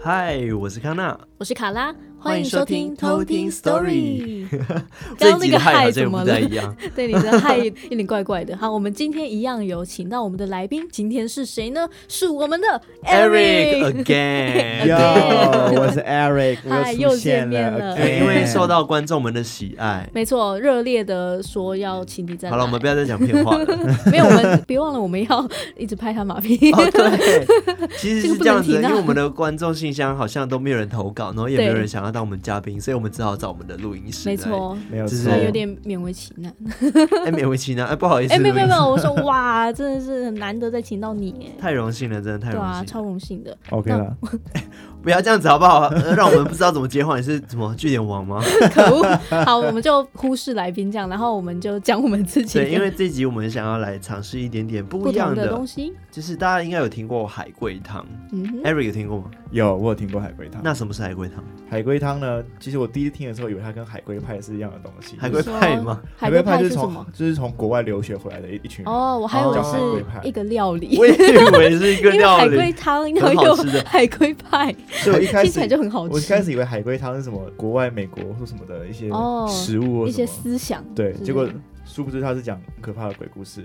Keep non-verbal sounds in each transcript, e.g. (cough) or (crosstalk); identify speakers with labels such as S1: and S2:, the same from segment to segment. S1: 嗨，我是康娜。
S2: 我是卡拉，
S1: 欢
S2: 欢
S1: 迎
S2: 迎
S1: 收
S2: 收
S1: 听
S2: 听
S1: 偷
S2: 偷
S1: 听
S2: 听
S1: Story
S2: Story。
S1: 这
S2: 刚
S1: 一
S2: 刚
S1: 集的
S2: 那个
S1: 嗨好
S2: 嗨
S1: 像
S2: 怎
S1: 不
S2: 么
S1: 太
S2: 了
S1: 一样。
S2: (laughs) 对你的嗨有点怪怪的。好，我们今天一样有请到我们的来宾，今天是谁呢？是我们的
S1: Eric
S2: Eric。
S1: again，
S3: 哟
S2: Again，
S3: 我是 Eric，
S2: 嗨
S3: 我出现
S2: 哎又见面了
S1: 对，
S3: again
S1: 因为受到观众们的喜爱。
S2: 没错，热烈的说要请你再来。
S1: 好了，我们不要再讲骗话
S2: (laughs)
S1: 了。 (laughs)
S2: 没有，我们别忘了我们要一直拍他马屁。
S1: 哦，对，其实
S2: 这个
S1: 是
S2: 不
S1: 这样子，
S2: 能
S1: 因
S2: 停啊
S1: 为我们的观众信箱好像都没有人投稿，然后也没有
S2: 对
S1: 人想要当我们嘉宾，所以我们只好找我们的录音师。
S2: (laughs) 没，错，
S3: 没有
S1: 只是
S3: 错
S2: 他，有点勉为其难。
S1: 哎，勉为其难，哎，不好意思，
S2: 哎，没有没有
S1: 录
S2: 没
S1: 音
S2: 有，我说哇，真的是很难得再请到你耶。
S1: 师太荣幸了，真的太
S2: 对
S1: 荣
S2: 啊，
S1: 幸了。
S2: 超荣幸的。
S3: OK 了，
S1: 不要这样子好不好？呃让我们不知道怎么接话。你是什么据点
S2: (laughs)
S1: 王吗？
S2: 可恶！好，我们就忽视来宾这样，然后我们就讲我们自己的
S1: 对，因为这集我们想要来尝试一点点不
S2: 不
S1: 一样
S2: 同的东西。
S1: 就是大家应该有听过海龟汤
S2: 嗯哼，
S1: ，Eric 有听过吗？
S3: 有我有听过海龟汤。
S1: 那什么是海龟汤？
S2: (laughs)
S3: 海龟汤呢？其实我第一次听的时候，以为它跟海龟派是一样的东西。
S1: 海
S2: 你
S1: 龟
S2: 说
S1: 派吗？
S2: 海
S3: 龟
S2: 龟
S3: 派
S2: 派
S3: 就是是
S2: 什么
S3: 从？就是从国外留学回来的一一群人。
S2: 哦，我还以为
S1: 哦
S2: 是一个料理，
S1: 我也以为是一个
S2: 因为
S1: 料
S2: 海
S1: 理
S2: 龟，汤，然后
S1: 很好
S2: 有
S1: 吃的。
S2: 海龟派，
S3: 所以我一
S2: (laughs)
S3: 开
S2: 听起来就
S3: 始，
S2: 很好
S3: 我一
S2: 吃。
S3: 开始以为海龟汤是什么国外美国或什么的一些
S2: 哦
S3: 食物或
S2: 一些
S3: 什么。
S2: 思想，
S3: 对，
S2: 是
S3: 结果殊不知它是讲很可怕的鬼故事。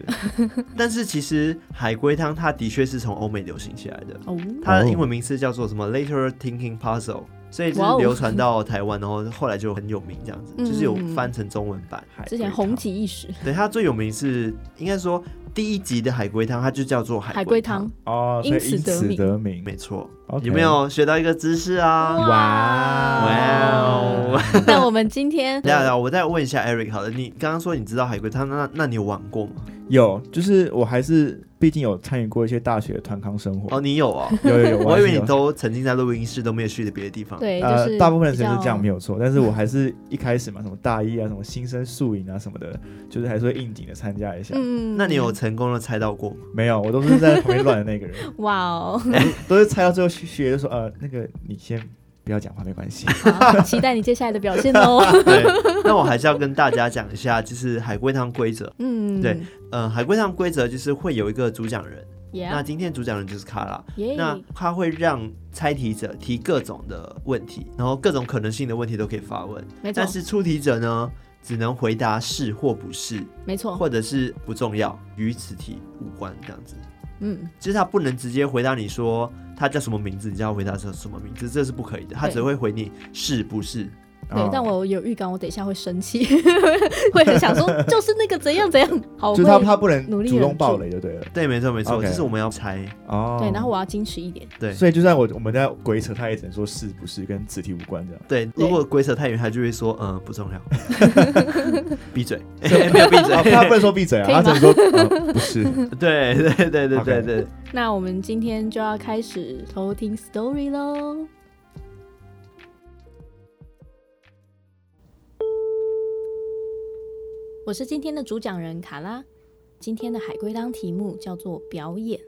S1: 但是其实海龟汤它的确是从欧美流行起来的，
S2: 哦，
S1: 它的英文名字叫做什么 Later Thinking Puzzle，所以就
S2: 哇
S1: 是
S2: 哦
S1: 流传到台湾，然后后来就很有名，这样子，
S2: 嗯
S1: 就是有翻成中文版。
S3: 海龟
S2: (laughs) 之前
S3: 汤
S2: 红极一时，
S1: 对，它最有名是应该说第一集的海龟汤，它就叫做海
S2: 海
S1: 龟
S2: 龟
S1: 汤
S2: 汤，，
S3: 哦，所以
S2: 因此
S3: 因
S2: 得
S3: 此
S2: 名
S3: 得名。
S1: 没错。
S3: OK
S1: 有没？有学到一个知识啊？
S2: 哇
S1: 哇哦！
S2: 那我们
S1: (laughs)
S2: 今天
S1: 等一下，等一下我再问一下 Eric 好了，你刚刚说你知道海龟汤，那那你有玩过吗？
S3: 有，就是我还是毕竟有参与过一些大学的团康生活。
S1: 哦，你有哦，
S3: 有
S1: (laughs)
S3: 有有，
S1: 我
S3: 还
S1: 以
S3: 是
S1: 为
S3: 有
S1: 你都曾经在录音室都没有去的别的地方。
S2: 对，就
S3: 呃，
S2: 是
S3: 大部分的时间是
S2: 比
S3: 这
S2: 较
S3: 样没有错，但是我还是一开始嘛，什么大一啊，什么新生宿营啊什么的，就是还是会应景的参加一下。
S2: 嗯
S1: 那你有成功的猜到过吗？
S3: 没有，我都是在旁边乱的那
S2: (laughs)
S3: 个人，
S2: 哇
S1: (laughs)
S2: 哦，
S3: 都是猜到最后学学就说呃，那个你先不要讲话，没关系。
S2: 好期待你接下来的表现哦。
S1: (laughs) 对，那我还是要跟大家讲一下，就是海龟汤规则。
S2: 嗯，
S1: 对呃，海龟汤规则就是会有一个主讲人，那
S2: 耶
S1: 今天主讲人就是卡拉，
S2: 耶，
S1: 那他会让猜题者提各种的问题，然后各种可能性的问题都可以发问，
S2: 没错
S1: 但，是出题者呢，只能回答是或不是，
S2: 没错，
S1: 或者是不重要，与此题无关这样子。
S2: 嗯，
S1: 就是他不能直接回答你说他叫什么名字，你就要回答是什么名字，这是不可以的。他只会回你是不是。
S2: (laughs) 对
S3: 哦，
S2: 但我有预感，我等一下会生气， (laughs) 会很想说，就是那个怎样怎
S3: (laughs)
S2: 样，好
S3: 就是
S2: 会。
S3: 他他不能
S2: 努力
S3: 主
S2: 忍
S3: 动暴
S2: 住
S3: 雷就对了。
S1: 对，没错没错，
S3: OK
S1: 这是我们要猜。
S3: 哦，
S2: 对，然后我要矜持一点，
S1: 对
S3: 所以就算我我们在鬼扯，他也只能说是不是跟子题无
S2: (laughs)
S3: 关这样。
S1: 对，如果鬼扯太远，他就会说嗯、呃不重要，闭嘴， (laughs) 没有闭
S3: 啊，
S1: 嘴。
S3: 他不能说闭嘴啊，
S2: 可以
S3: 他
S2: 吗
S3: 只能说、呃、
S2: (laughs)
S3: 不是。
S1: 对对对对对
S3: OK
S1: 对，
S2: 那我们今天就要开始偷听 story 喽。我是今天的主讲人卡拉，今天的海龟汤题目叫做表演。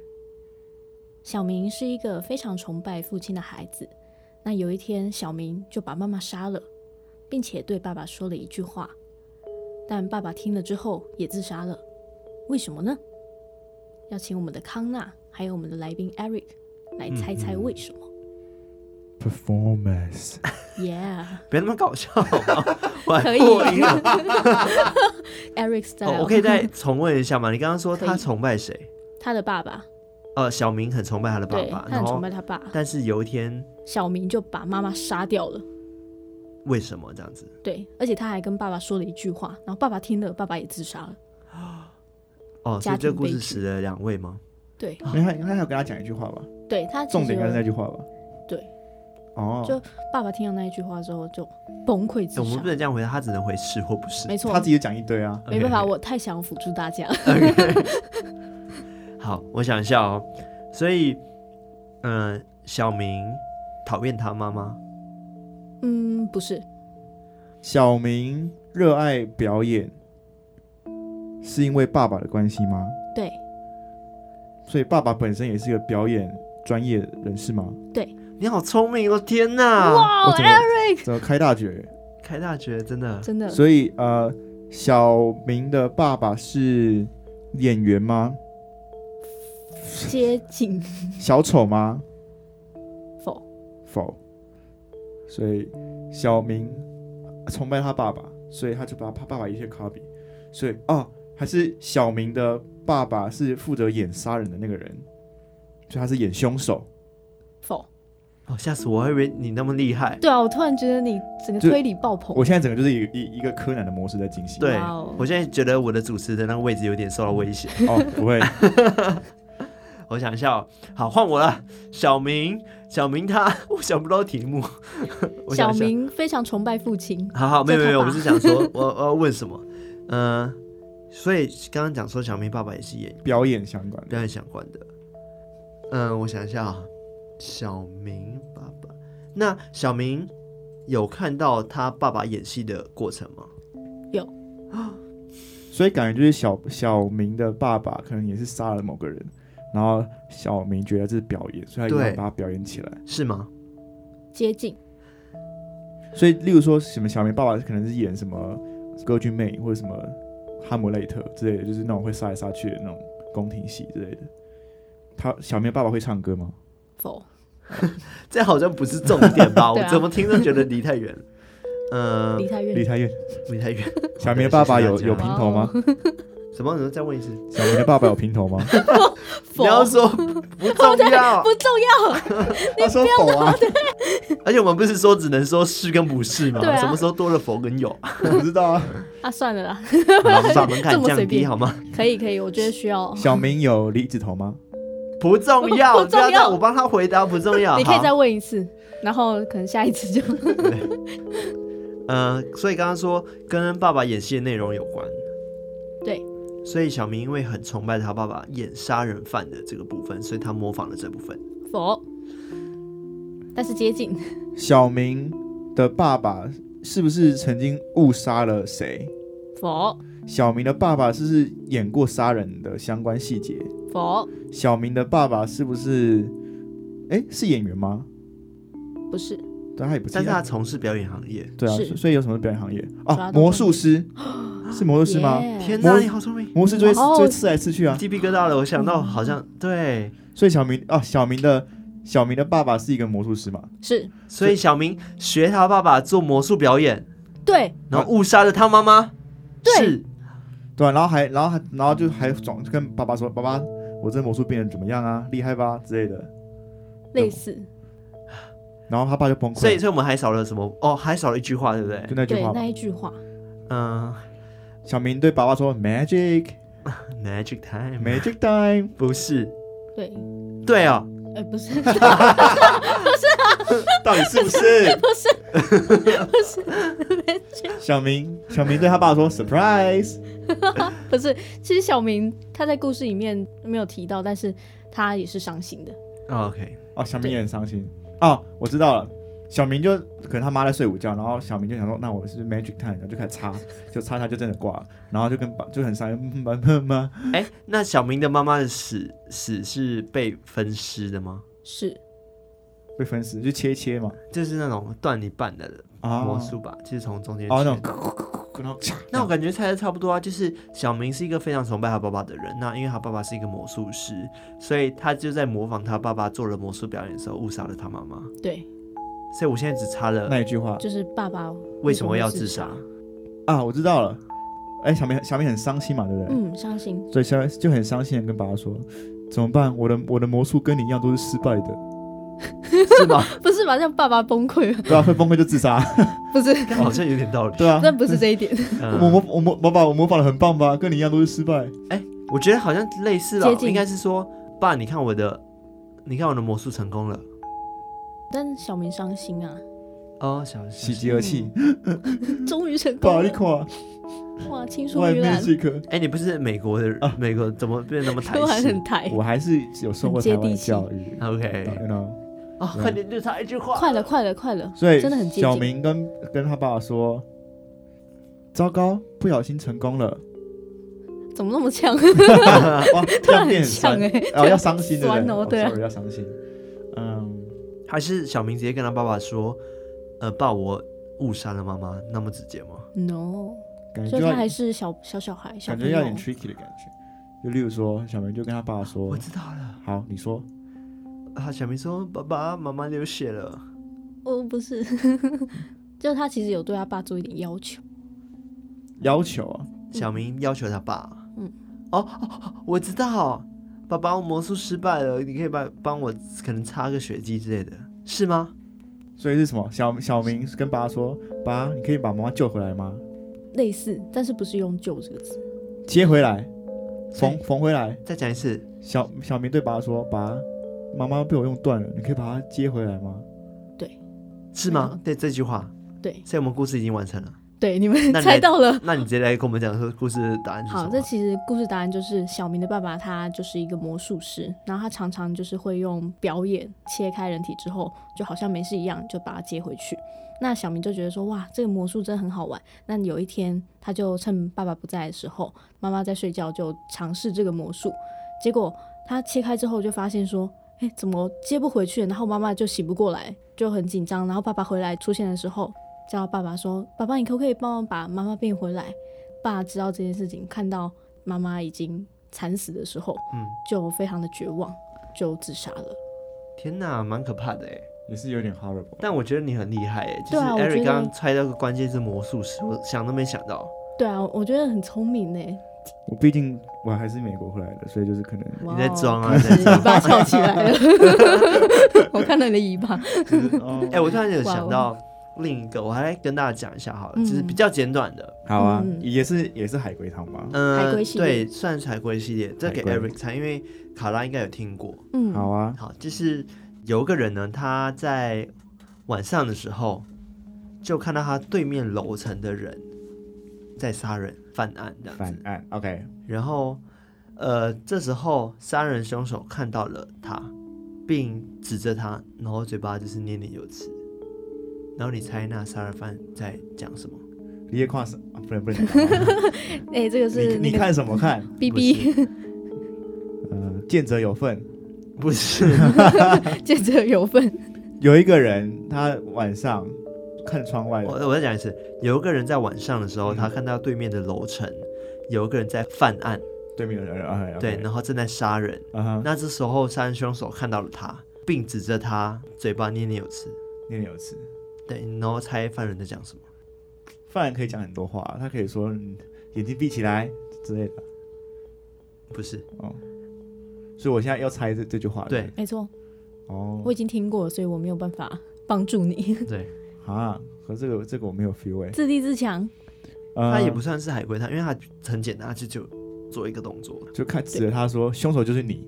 S2: 小明是一个非常崇拜父亲的孩子，那有一天小明就把妈妈杀了，并且对爸爸说了一句话，但爸爸听了之后也自杀了，为什么呢？要请我们的康纳还有我们的来宾 Eric 来猜猜为什么。
S3: Performance，
S2: Yeah，Eric
S1: 别那么搞笑 (laughs) 好吗？嗯我 (laughs) 还
S2: 可以
S1: 破音
S2: (laughs)
S1: 了。
S2: style，、
S1: 哦，我可以再重问一下吗？你刚刚说
S2: 啊可以
S1: 他崇拜谁？
S2: 他的爸爸，
S1: 呃，小明很崇拜他的爸
S2: 对，
S1: 爸，
S2: 他
S1: 然
S2: 很崇
S1: 后
S2: 拜他爸。
S1: 但是有一天
S2: 小明就把妈妈杀掉了，
S1: 为什么这样子？
S2: 对，而且他还跟爸爸说了一句话，然后爸爸听了，爸爸也自杀了。
S1: 哦，所以
S2: 家
S1: 这
S2: 庭
S1: 个故
S2: 悲
S1: 事
S2: 剧
S1: 死了两位吗？
S2: 对，
S3: 你看，你看，要跟他讲一句话吧，
S2: 对他其实
S3: 重点应该是那
S2: 有
S3: 句话吧。
S2: 对，
S3: 哦，
S2: 就爸爸听到那一句话之后就崩溃
S1: 欸
S2: 自
S1: 我们
S2: 杀
S1: 不。能这样回答，他只能回是或不是。
S2: 没错
S3: 他，自己就讲一堆啊。
S2: 没办法，
S1: OK，
S2: 我太想辅助大家。
S1: 好，我想一下哦。所以，嗯、小明讨厌他妈妈，
S2: (laughs) 嗯，不是，
S3: 小明热爱表演，是因为爸爸的关系吗？
S2: 对，
S3: 所以爸爸本身也是一个表演专业人士吗？
S1: 你好聪明哦！天哪，
S2: 哇
S3: 啊我怎么
S2: 哦，Eric 嗯
S3: 怎么开大绝？
S1: 开大学真的
S2: 真的
S3: 所以呃，小明的爸爸是演员吗？
S2: 接近
S3: 小丑吗？
S2: 否？
S3: 否，所以小明崇拜他爸爸，所以他就把他爸爸一切 copy，所以啊，还是小明的爸爸是负责演杀人的那个人，所以他是演凶手，
S2: 否？
S1: 哦，吓死我！我还以为你那么厉害。
S2: 对啊，我突然觉得你整个
S3: 就
S2: 推理爆棚。
S3: 我现在整个就是一一一个柯南的模式在进行。
S1: 哦对
S2: 哇哦，
S1: 我现在觉得我的主持的那个位置有点受到威
S2: (laughs)
S1: 胁。
S3: 哦，不会，
S1: 我想一下、哦，好，换我了。小明，小明他， (laughs) 我想不到题目。 (laughs) 我想
S2: 小
S1: 一下，
S2: 明非常崇拜父亲，
S1: 好好，没有
S2: 叫
S1: 没有，没有
S2: 他
S1: 我
S2: 爸
S1: 是想说，我我要问什么？嗯、所以刚刚讲说小明爸爸也是演
S3: 表演相关的，
S1: 表演相关的。嗯、我想一下啊、小明爸爸，那小明有看到他爸爸演戏的过程吗？
S3: 所以感觉就是小小明的爸爸可能也是杀了某个人，然后小明觉得这是表演，所以他就
S1: 对
S3: 把它表演起来。
S1: 是吗？
S2: 接近
S3: 所以，例如说什么小明爸爸可能是演什么歌剧魅影或者什么哈姆雷特之类的，就是那种会杀来杀去的那种宫廷戏之类的。他小明爸爸会唱歌吗？
S2: 否？
S1: 这好像不是重点吧？
S2: (laughs) 对
S1: 我
S2: 啊
S1: 怎么听都觉得离太远了。嗯、
S2: 离太
S3: 李
S2: 远，
S3: 太院，
S1: 离太远。
S3: 小明的爸爸有
S1: 谢谢
S3: 有
S1: 大
S3: 平
S1: 家
S3: 头吗？
S1: 什么？你再问一次。
S3: 小明的爸爸有平头吗？
S1: 你
S2: 否？
S1: 要说不重要，
S2: (laughs) 不重要，
S3: 他说否啊，
S1: 而且我们不是说只能说是跟不是吗？
S2: 对啊
S1: 什么时候多了否跟有？
S3: 我知道啊。
S2: 啊，算了啦，
S1: 好我们把门
S2: (laughs) 这
S1: 槛
S2: 么随
S1: 降低
S2: 便
S1: 好吗？
S2: 可以可以，我觉得需要，
S3: 小明有离子头吗？
S1: 不重要，
S2: (laughs) 不重要
S1: 这样我帮他回答不重要。
S2: 你可以
S1: 好
S2: 再问一次，然后可能下一次就 (laughs)
S1: 呃，所以刚刚说跟爸爸演戏的内容有关。
S2: 对。
S1: 所以小明因为很崇拜他爸爸演杀人犯的这个部分，所以他模仿了这部分。
S2: 否。但是接近
S3: 小明的爸爸是不是曾经误杀了谁？
S2: 否
S3: 小明的爸爸是不是演过杀人的相关细节？
S2: 否
S3: 小明的爸爸是不是？哎，是演员吗？
S2: 不是
S3: 对，他也不是
S1: 但是
S3: 演员。
S1: 他从事表演行业。
S3: 对啊，
S2: 是
S3: 所所以有什么表演行业
S2: 抓
S3: 啊？
S2: 到
S3: 魔术
S1: (gasps)
S3: 师是魔术师吗？
S2: 耶
S1: 天哪，
S3: 我
S1: 你好聪明！
S3: 魔术师就会
S2: 哦
S3: 就会刺来刺去啊。
S1: 鸡皮疙瘩了，我想
S2: 嗯
S1: 到好像对，
S3: 所以小明啊，小明的小明的爸爸是一个魔术师嘛？
S2: 是
S1: 所以小明学他爸爸做魔术表演，
S2: 对
S1: 然后误杀了他妈妈。
S2: 对
S1: 是
S3: 对、啊，然后还然后还然后就还转跟爸爸说：“爸爸，我这魔术变得怎么样啊？厉害吧之类的。
S2: 类似”
S3: 然后他爸就崩
S1: 所以，
S3: 溃，
S1: 所以我们还少了什么？哦，还少了一句话，对不对
S3: 就？那句
S2: 对
S3: 话嘛
S2: 那。一句话
S1: 嗯
S3: 小明对爸爸说：“Magic,
S1: ，Magic Time
S3: Magic Time。
S1: 不是，
S2: 对，
S1: 对哦，
S2: 呃不是 (laughs)
S3: 到底是不是？ (laughs) 不是，不是。小明，小明对他爸说 surprise，
S2: 不是，其实小明他在故事里面没有提到，但是他也是伤心的，
S1: 哦 OK，
S3: 哦，小明也很伤心。哦，我知道了。小明就可能他妈在睡午觉，然后小明就想说，那我是 magic time，然后就开始擦，就擦一下就真的挂了，然后就跟爸就很伤心，妈妈妈，
S1: 哎，那小明的妈妈的死死是被分尸的吗？
S2: 是
S3: 被分尸就切一切嘛，
S1: 就是那种断一半的
S3: 啊，
S1: 魔术吧，就是从中间
S3: 哦那
S1: 切
S3: 种嗯咕咕咕咕咕，然后嚓
S1: 那我感觉猜的差不多啊，就是小明是一个非常崇拜他爸爸的人，那因为他爸爸是一个魔术师，所以他就在模仿他爸爸做了魔术表演的时候误杀了他妈妈。
S2: 对，
S1: 所以我现在只差了
S3: 那一句话
S2: 就是爸爸
S1: 为什么要自杀？
S3: 啊，我知道了。哎，小明小明很伤心嘛，对不对？
S2: 嗯，伤心
S3: 所以小就很伤心的跟爸爸说，怎么办？我的我的魔术跟你一样都是失败的，
S1: 是吗？ (laughs)
S2: 不是吧？让爸爸崩溃 (laughs) 了，
S3: 对啊，会崩溃就自杀，
S2: 不是，
S1: 好像有点道理。
S3: 对啊。
S2: 那不是这一点，
S1: 嗯
S3: 我模我模爸爸我模仿的很棒吧？跟你一样都是失败。
S1: 我觉得好像类似了
S2: 接，近
S1: 应该是说，爸，你看我的，你看我的魔术成功了。
S2: 但是小明伤心啊，
S1: 哦，小
S3: 喜
S1: 小
S3: 极而 (laughs) 泣，
S2: 终于成
S3: 爸
S2: 功
S3: 你
S2: 了，
S3: 看，
S2: 哇，青出
S3: 外
S2: 于
S3: 面
S2: 蓝，
S3: 这个，
S1: 哎、你不是美国的，
S3: 啊
S1: 美国怎么变那么台
S2: 都还
S1: 式
S2: 很抬，
S3: 我还是有受过台湾的教育。
S1: ？OK，
S3: know，
S1: 哦，
S3: 对
S1: 快点就差一句话。
S2: 快了，快了，快了，
S3: 所以
S2: 真的很接
S3: 小
S2: 近
S3: 明跟跟他爸爸说：“糟糕，不小心成功了。
S2: 怎么那么呛？ (laughs)
S3: 哇”这样变很
S2: 呛
S3: 酸
S2: 哎、
S3: 哦，要伤心对不
S2: 酸
S3: 对？
S2: 哦对啊
S3: sorry，要伤心。嗯，
S1: 还是小明直接跟他爸爸说，呃，爸，我误杀了妈妈，那么直接吗？
S2: No，
S3: 感觉
S2: 所
S3: 就
S2: 以
S3: 要
S2: 他还是小小小孩，小
S3: 感
S2: 朋
S3: 觉
S2: 友
S3: 要有点 tricky 的感觉。就例如说，小明就跟他爸爸说
S1: 我知道了。：“
S3: 好，你说。
S1: 啊，小明说，爸爸，妈妈流血了。
S2: 哦，不是， (laughs) 就他其实有对他爸做一点要求，
S3: 要求啊，
S1: 小明要求他爸，
S2: 嗯，
S1: 哦哦，我知道，爸爸，我魔术失败了，你可以帮帮我可能擦个血迹之类的，是吗？
S3: 所以是什么？小小明跟爸说：“爸，你可以把妈妈救回来吗？
S2: 类似，但是不是用“救”这个字。
S3: 接回来，
S1: 所以
S3: 缝缝回来。
S1: 再讲一次，”
S3: 小小明对爸说：“爸，妈妈被我用断了，你可以把她接回来吗
S1: 是吗
S2: 嗯？
S1: 对这句话，
S2: 对
S1: 所以我们故事已经完成了。
S2: 对，你们
S1: 那你
S2: 猜
S1: 来
S2: 到了。
S1: 那你直接来跟我们讲说故事的答案是什
S2: 好，
S1: 么
S2: 这？其实故事答案就是小明的爸爸，他就是一个魔术师，然后他常常就是会用表演切开人体之后，就好像没事一样，就把它接回去。那小明就觉得说，哇，这个魔术真很好玩。那有一天，他就趁爸爸不在的时候，妈妈在睡觉，就尝试这个魔术。结果他切开之后，就发现说，哎，怎么接不回去？然后妈妈就醒不过来，就很紧张。然后爸爸回来出现的时候，叫爸爸说，爸爸，你可不可以帮我把妈妈变回来？爸知道这件事情，看到妈妈已经惨死的时候，
S1: 嗯，
S2: 就非常的绝望，就自杀了。
S1: 天哪，蛮可怕的哎。？”
S3: 也是有点 horrible。
S1: 但我觉得你很厉害哎，就是
S2: 对啊我觉得
S1: Eric 刚刚猜到个关键字魔术师，我想都没想到。
S2: 对啊，我觉得很聪明呢。
S3: 我毕竟我还是美国回来的，所以就是可 (laughs) 能
S2: 哇哦
S1: 在装啊
S2: 开始
S1: 你在装
S2: 尾巴翘起来
S3: (laughs)
S2: 了，我看到你的尾巴。
S3: 就是哦
S1: 哎、我突然有想
S2: 嗯哇
S1: 到另一个，我还来跟大家讲一下好了，
S2: 嗯
S1: 就是比较简短的，
S3: 好啊
S2: 嗯，
S3: 也是也是海龟汤吧。
S1: 嗯、
S2: 海龟系列
S1: 对，算是海龟系列，这给
S3: 海龟
S1: Eric 猜，因为卡拉应该有听过。
S2: 嗯，
S3: 好啊，
S1: 好，就是有一个人呢，他在晚上的时候就看到他对面楼层的人在杀人犯案这样
S3: 反
S1: 子，
S3: 案，OK，
S1: 然后呃，这时候杀人凶手看到了他，并指着他，然后嘴巴就是念念有词。然后你猜那杀人犯在讲什么？
S3: 你也跨是啊，不能不能讲话， (laughs)
S2: 哎、这个是
S3: 你
S2: 那
S3: 你
S2: 个
S3: 看什么看？
S2: B B (laughs)
S3: 呃，见者有份。
S1: 不是，
S2: 见者有份。
S3: 有一个人他晚上看窗外，
S1: 我我再讲一次，有一个人在晚上的时候，
S3: 嗯
S1: 他看到对面的楼层有一个人在犯案，
S3: 对面有人，OK，OK，
S1: 对，然后正在杀人。
S3: 啊哈，
S1: 那这时候杀人凶手看到了他，并指着他嘴巴念念有词，
S3: 念念有词。
S1: 对，然后猜犯人在讲什么？
S3: 犯人可以讲很多话，他可以说嗯眼睛闭起来之类的。
S1: 不是，
S3: 所以我现在要猜这这句话。
S1: 对
S2: 没错，
S3: 哦
S2: 我已经听过了，所以我没有办法帮助你。
S1: 对，
S3: 啊，可是这个这个我没有 feel 哎、
S2: 自立自强，
S3: 呃
S1: 他也不算是海龟汤，因为他很简单，他就就做一个动作，
S3: 呃就看指着他说凶手就是你，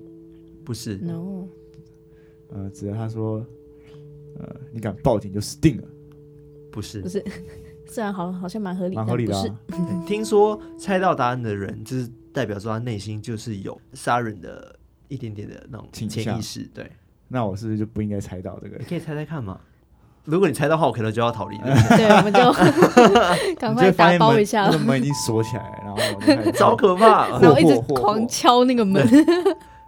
S1: 不是，
S2: no，
S3: 呃，指着他说，呃，你敢报警就死定了，
S1: 不是
S2: 不。是虽然好好像蛮合理，
S3: 蛮合理的、
S2: 但不是
S3: 啊。
S1: 对听说猜到答案的人，就是代表说他内心就是有杀人的一点点的那种
S3: 倾
S1: 潜
S3: 向
S1: 意识，对。
S3: 那我是不是就不应该猜到这个
S1: 你？可以猜猜看嘛。如果你猜到的话，我可能就要逃离了。
S3: (laughs)
S2: 对，我们就 (laughs) 赶
S3: 你
S2: 快
S3: 就发
S2: 打
S3: 现
S2: 包
S3: 门
S2: 一下
S3: 那个门已经锁起来了，然后我就
S2: (laughs)
S3: 开始
S1: 超可怕！哦
S2: 然后
S1: 我
S2: 一直
S3: 嚯嚯嚯
S2: 狂敲那个门，
S3: 你知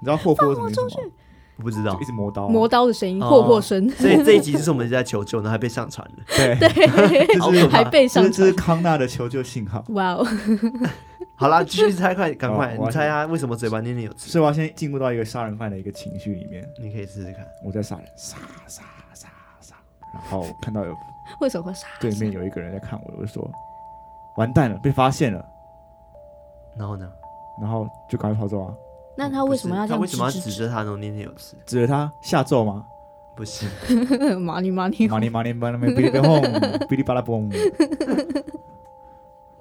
S3: 道霍霍什么意思吗？
S1: 不知道
S3: 就一，直磨刀啊、
S2: 磨刀的声音，
S1: 哦
S2: 霍霍声。
S1: 所以这一集就是我们一直在求救，然后还被上传了。
S2: (laughs)
S3: 对，
S1: 好
S3: 就
S1: 可
S3: 是
S1: 怕
S2: 还被
S3: (laughs) 这
S2: 上
S3: 是这是
S2: 传。
S3: 康纳的求救信号，
S2: (laughs) 哇哦，
S1: 好啦，继续猜，快，赶快，
S3: 好我
S1: 你猜他为什么嘴巴念念有词？
S3: 所以我要先进入到一个杀人犯的一个情绪里面，
S1: 你可以试试看。
S3: 我在杀人，杀杀杀杀，然后看到有
S2: 为什么会杀？
S3: 对面有一个人在看我，我就说完蛋了，被发现了，
S1: 然后呢？
S3: 然后就赶快跑走啊，
S2: 那他为什么要这
S1: 他
S2: 样
S1: 为什么要
S2: 指
S1: 指着他然后念念有词？
S3: 指着他下咒吗？
S1: 不
S3: (laughs)
S1: 是，
S2: 指？ (laughs) 马里马里，
S3: 马尼马尼巴拉咪哔哩哔轰，哔哩巴拉嘣，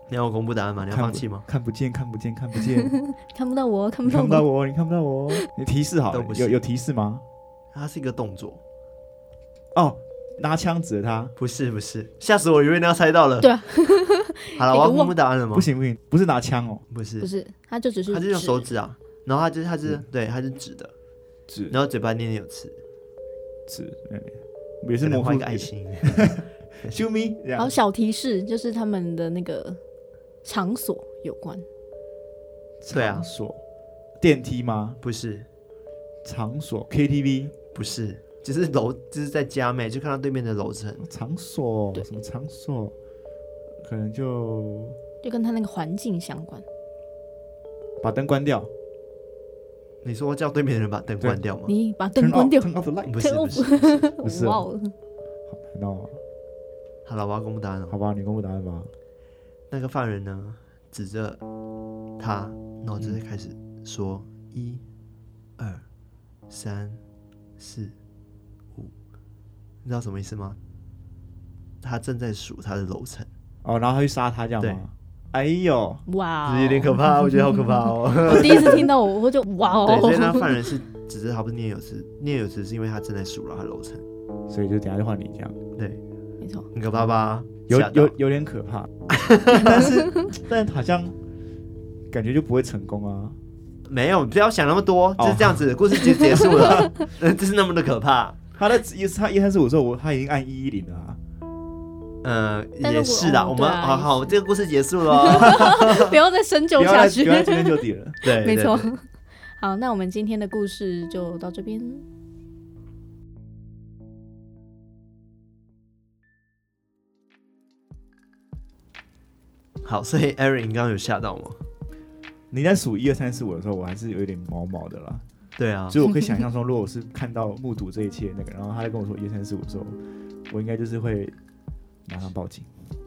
S1: 你要我公布答案吗？你要放弃吗？
S3: 看不见，看不见，看不见，
S2: 看不到我，看
S3: 你
S2: 不到
S3: 看不到
S2: 我。
S3: 我，你看不到我，你提示好
S1: 都
S3: 了
S1: 不，是
S3: 有有提示吗？
S1: 它是一个动作，
S3: 哦，拿枪指着他，
S1: 不是不是，吓死我，以为你要猜到了。
S2: 对啊
S1: (laughs) 好了，
S2: (laughs) 给
S1: 我
S2: 个
S1: 要公布答案了吗
S3: 不？行不行，不是拿枪哦，
S1: 不是
S2: 不，是，他就只是嗯
S1: 他就用手
S2: 指
S1: 指啊，然后他就他就是对，他是指的，
S3: 指
S1: 然后嘴巴念念有词，
S3: 指，嗯也
S1: 可
S3: 是
S1: 能
S3: 模糊
S1: 画一个爱心。 (laughs)
S3: ，show me，这
S2: 然后
S3: 样
S2: 小提示就是他们的那个场所有关，
S1: 对啊
S3: 场所，电梯吗？
S1: 不是，
S3: 场所 KTV
S1: 不是，就是楼，就是在家妹，就看到对面的楼层。
S3: 场所
S2: 对
S3: 什么场所，可能就
S2: 就跟他那个环境相关。
S3: 把灯关掉，
S1: 你说叫对面的人把灯关掉吗？
S2: 你把
S3: turn
S2: 灯关
S3: off-
S2: 掉，(laughs)
S3: (laughs)，turn off the light，
S1: 不是
S2: turn
S1: 不
S2: off
S1: 是，不是
S3: 不是
S2: 哇
S3: 哦
S2: 哦，
S3: 知道吗？
S1: 好了，我要公布答案了。
S3: 好吧，你公布答案吧。
S1: 那个犯人呢，指着他，然后
S2: 嗯
S1: 就是开始说一、二、三、四、五，你知道什么意思吗？他正在数他的楼层，
S3: 哦，然后他去杀他这样
S1: 对
S3: 吗？哎呦，
S2: 哇
S1: 这有点
S2: 哦！
S1: 可怕，我觉得好可怕
S2: (laughs)
S1: 哦。
S2: 我第一次听到我，我就哇
S1: 对，所以那
S2: 哦！
S1: 犯人是指着他，不是念有词，念有词是因为他正在数了他楼层，
S3: 所以就等下就换你这样，
S1: 对，
S2: 没错，
S1: 很可怕吧？
S3: 有
S1: 吓到
S3: 有有点可 (laughs) 怕，但是但好像感觉就不会成功啊。
S1: 没有？不要想那么多，就是这样子，
S3: 哦
S1: 故事就结束
S3: (laughs)
S1: 了， (laughs) 就是那么的可怕。
S3: 他的一他一三四五之后，我他已经按一一零了、啊，
S1: 嗯，
S2: 但
S1: 也
S2: 如果
S1: 是啦，
S2: 哦
S1: 我们
S2: 对啊
S1: 好
S2: 也
S1: 好，这个故事结束了
S2: (laughs)
S1: 哦。
S2: 不要再深
S3: 不
S2: 究
S3: 要
S2: 下
S3: 再
S2: 去
S3: 不。要再追根究底了。
S1: 对，
S2: (laughs) 没
S1: 对
S2: 错
S1: 对。
S2: 好，那我们今天的故事就到这边。
S1: 好，所以 Aaron 你刚刚有吓到吗？
S3: 你在数一二三四五的时候，我还是有点毛毛的啦。
S1: 对啊，
S3: 所以我可以想象说，如果我是看到目睹这一切那个，然后他在跟我说一二三四五的时候，我应该就是会马上报警。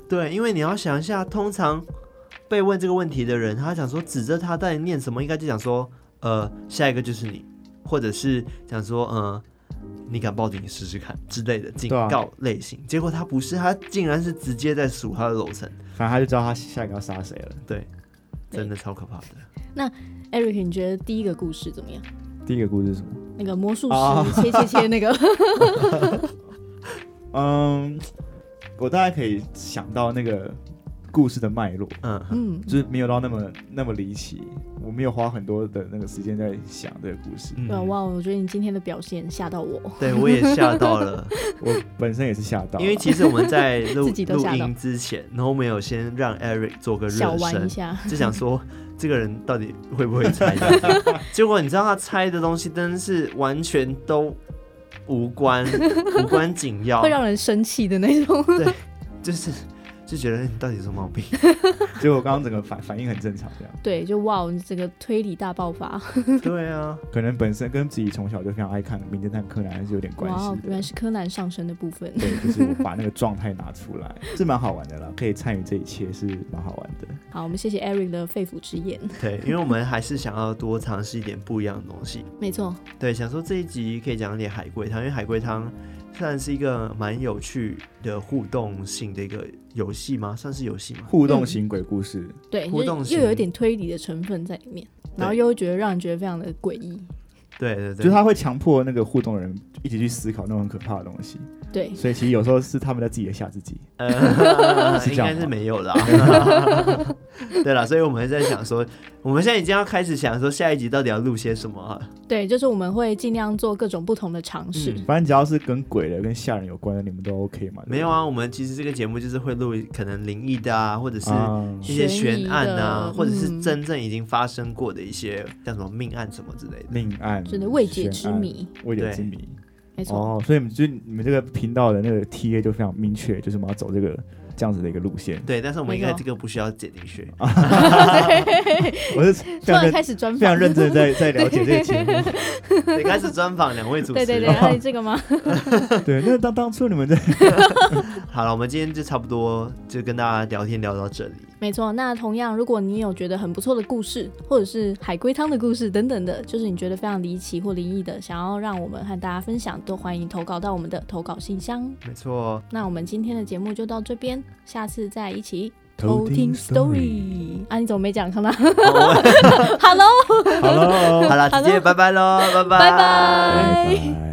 S1: 对，因为你要想一下，通常被问这个问题的人，他想说指着他在念什么，应该就想说，呃，下一个就是你，或者是想说，呃，你敢报警试试看之类的警
S3: 对啊
S1: 告类型。结果他不是，他竟然是直接在数他的楼层，
S3: 反正他就知道他下一个要杀谁了。
S2: 对
S1: 真的超可怕的。
S2: Eric，你觉得第一个故事怎么样？
S3: 第一个故事是什么？
S2: 那个魔术
S3: 啊
S2: 师切切切那
S3: (laughs)
S2: 个，
S3: 嗯，我大概可以想到那个故事的脉络，
S1: 嗯，
S2: 嗯，
S3: 就是没有到那么那么离奇。我没有花很多的那个时间在想这个故事，
S1: 嗯
S2: 对啊，哇，我觉得你今天的表现吓到我。
S1: 对我也吓到了。
S3: 我本身也是吓到了，
S1: 因为其实我们在录
S2: (laughs) 自己都
S1: 录
S2: 吓到
S1: 音之前，然后我们有先让 Eric 做个
S2: 小
S1: 热
S2: 玩一
S1: 身，
S2: 下，
S1: 就想说这个人到底会不会猜的。
S2: (laughs)
S1: 结果你知道他猜的东西真的是完全都无
S2: (laughs)
S1: 关无关紧要
S2: 会，让人生气的那种。
S1: 就是就觉得你到底有什么毛
S2: (laughs)
S1: 病？
S3: 结果我刚刚整个反反应很正常，这样
S2: 对，就哇，你这个推理大爆发，
S1: 对啊，
S3: 可能本身跟自己从小就非常爱看《名侦探柯南》还是有点关
S2: 哇
S3: 系
S2: 哦，原
S3: 的
S2: 来。是柯南上身的部分。
S3: 对，就是我把那个状态拿出来，是蛮好玩的啦，可以参与这一切是蛮好玩的。
S2: 好，我们谢谢 Eric 的肺腑之言。
S1: 对，因为我们还是想要多尝试一点不一样的东西。
S2: 没错，
S1: 对，想说这一集可以讲一点海龟汤，因为海龟汤算是一个蛮有趣的互动性的一个游戏吗？算是游戏吗？
S3: 互动型鬼故
S1: 嗯
S3: 事，
S2: 对，
S1: 互动
S2: 就是
S1: 型
S2: 又有一点推理的成分在里面，然后又会觉得让人觉得非常的诡异。
S1: 对对对，
S3: 就是他会强迫那个互动的人一起去思考那种很可怕的东西，
S2: 对，
S3: 所以其实有时候是他们在自己的吓自己。
S1: 呃，
S3: (laughs) 是
S1: 应
S3: 这样
S1: 该是
S3: 吗
S1: 没有啦。 (laughs) 对啦，所以我们在想说，我们现在已经要开始想说下一集到底要录些什么啊？
S2: 对，就是我们会尽量做各种不同的尝试。
S1: 嗯
S3: 反正只要是跟鬼的、跟吓人有关的，你们都 OK 嘛？对不对
S1: 没有啊，我们其实这个节目就是会录可能灵异的啊，或者是
S3: 啊
S1: 一些
S2: 悬疑
S1: 悬案啊
S2: 的，
S1: 或者是
S2: 嗯
S1: 真正已经发生过的一些像什么命案什么之类的。
S3: 命案，
S2: 真的未解之谜，
S3: 悬案，未解之谜。
S2: 没错，
S3: 哦，所以你们就你们这个频道的那个 TA 就非常明确，就是我们要走这个这样子的一个路线。
S1: 对，但是我们应
S2: 没
S1: 该
S2: 错
S1: 这个不需要剪进去。
S3: 啊我是
S2: (laughs) 突
S3: 非常
S2: 然
S3: 认
S2: 开始专
S3: 非常
S2: 访，
S3: 认真地在在了解这个节目。
S2: (laughs)
S1: 对，开始专访两位主持
S2: 对
S1: 人。
S2: 对对，
S3: (laughs) 哦
S2: 哎，这个吗？
S3: 对，那当当初你们在
S1: 好了，我们今天就差不多就跟大家聊天聊到这里。
S2: 没错，那同样，如果你有觉得很不错的故事，或者是海龟汤的故事等等的，就是你觉得非常离奇或灵异的，想要让我们和大家分享，都欢迎投稿到我们的投稿信箱。
S1: 没
S3: (laughs)
S1: 错，
S2: 那我们今天的节目就到这边，下次再一起
S3: 偷听
S2: story。啊，你怎么没讲康纳 (laughs) ？Hello，
S3: 好了，
S1: (laughs) 好了，直接拜拜喽，拜
S2: 拜拜。
S3: 拜拜。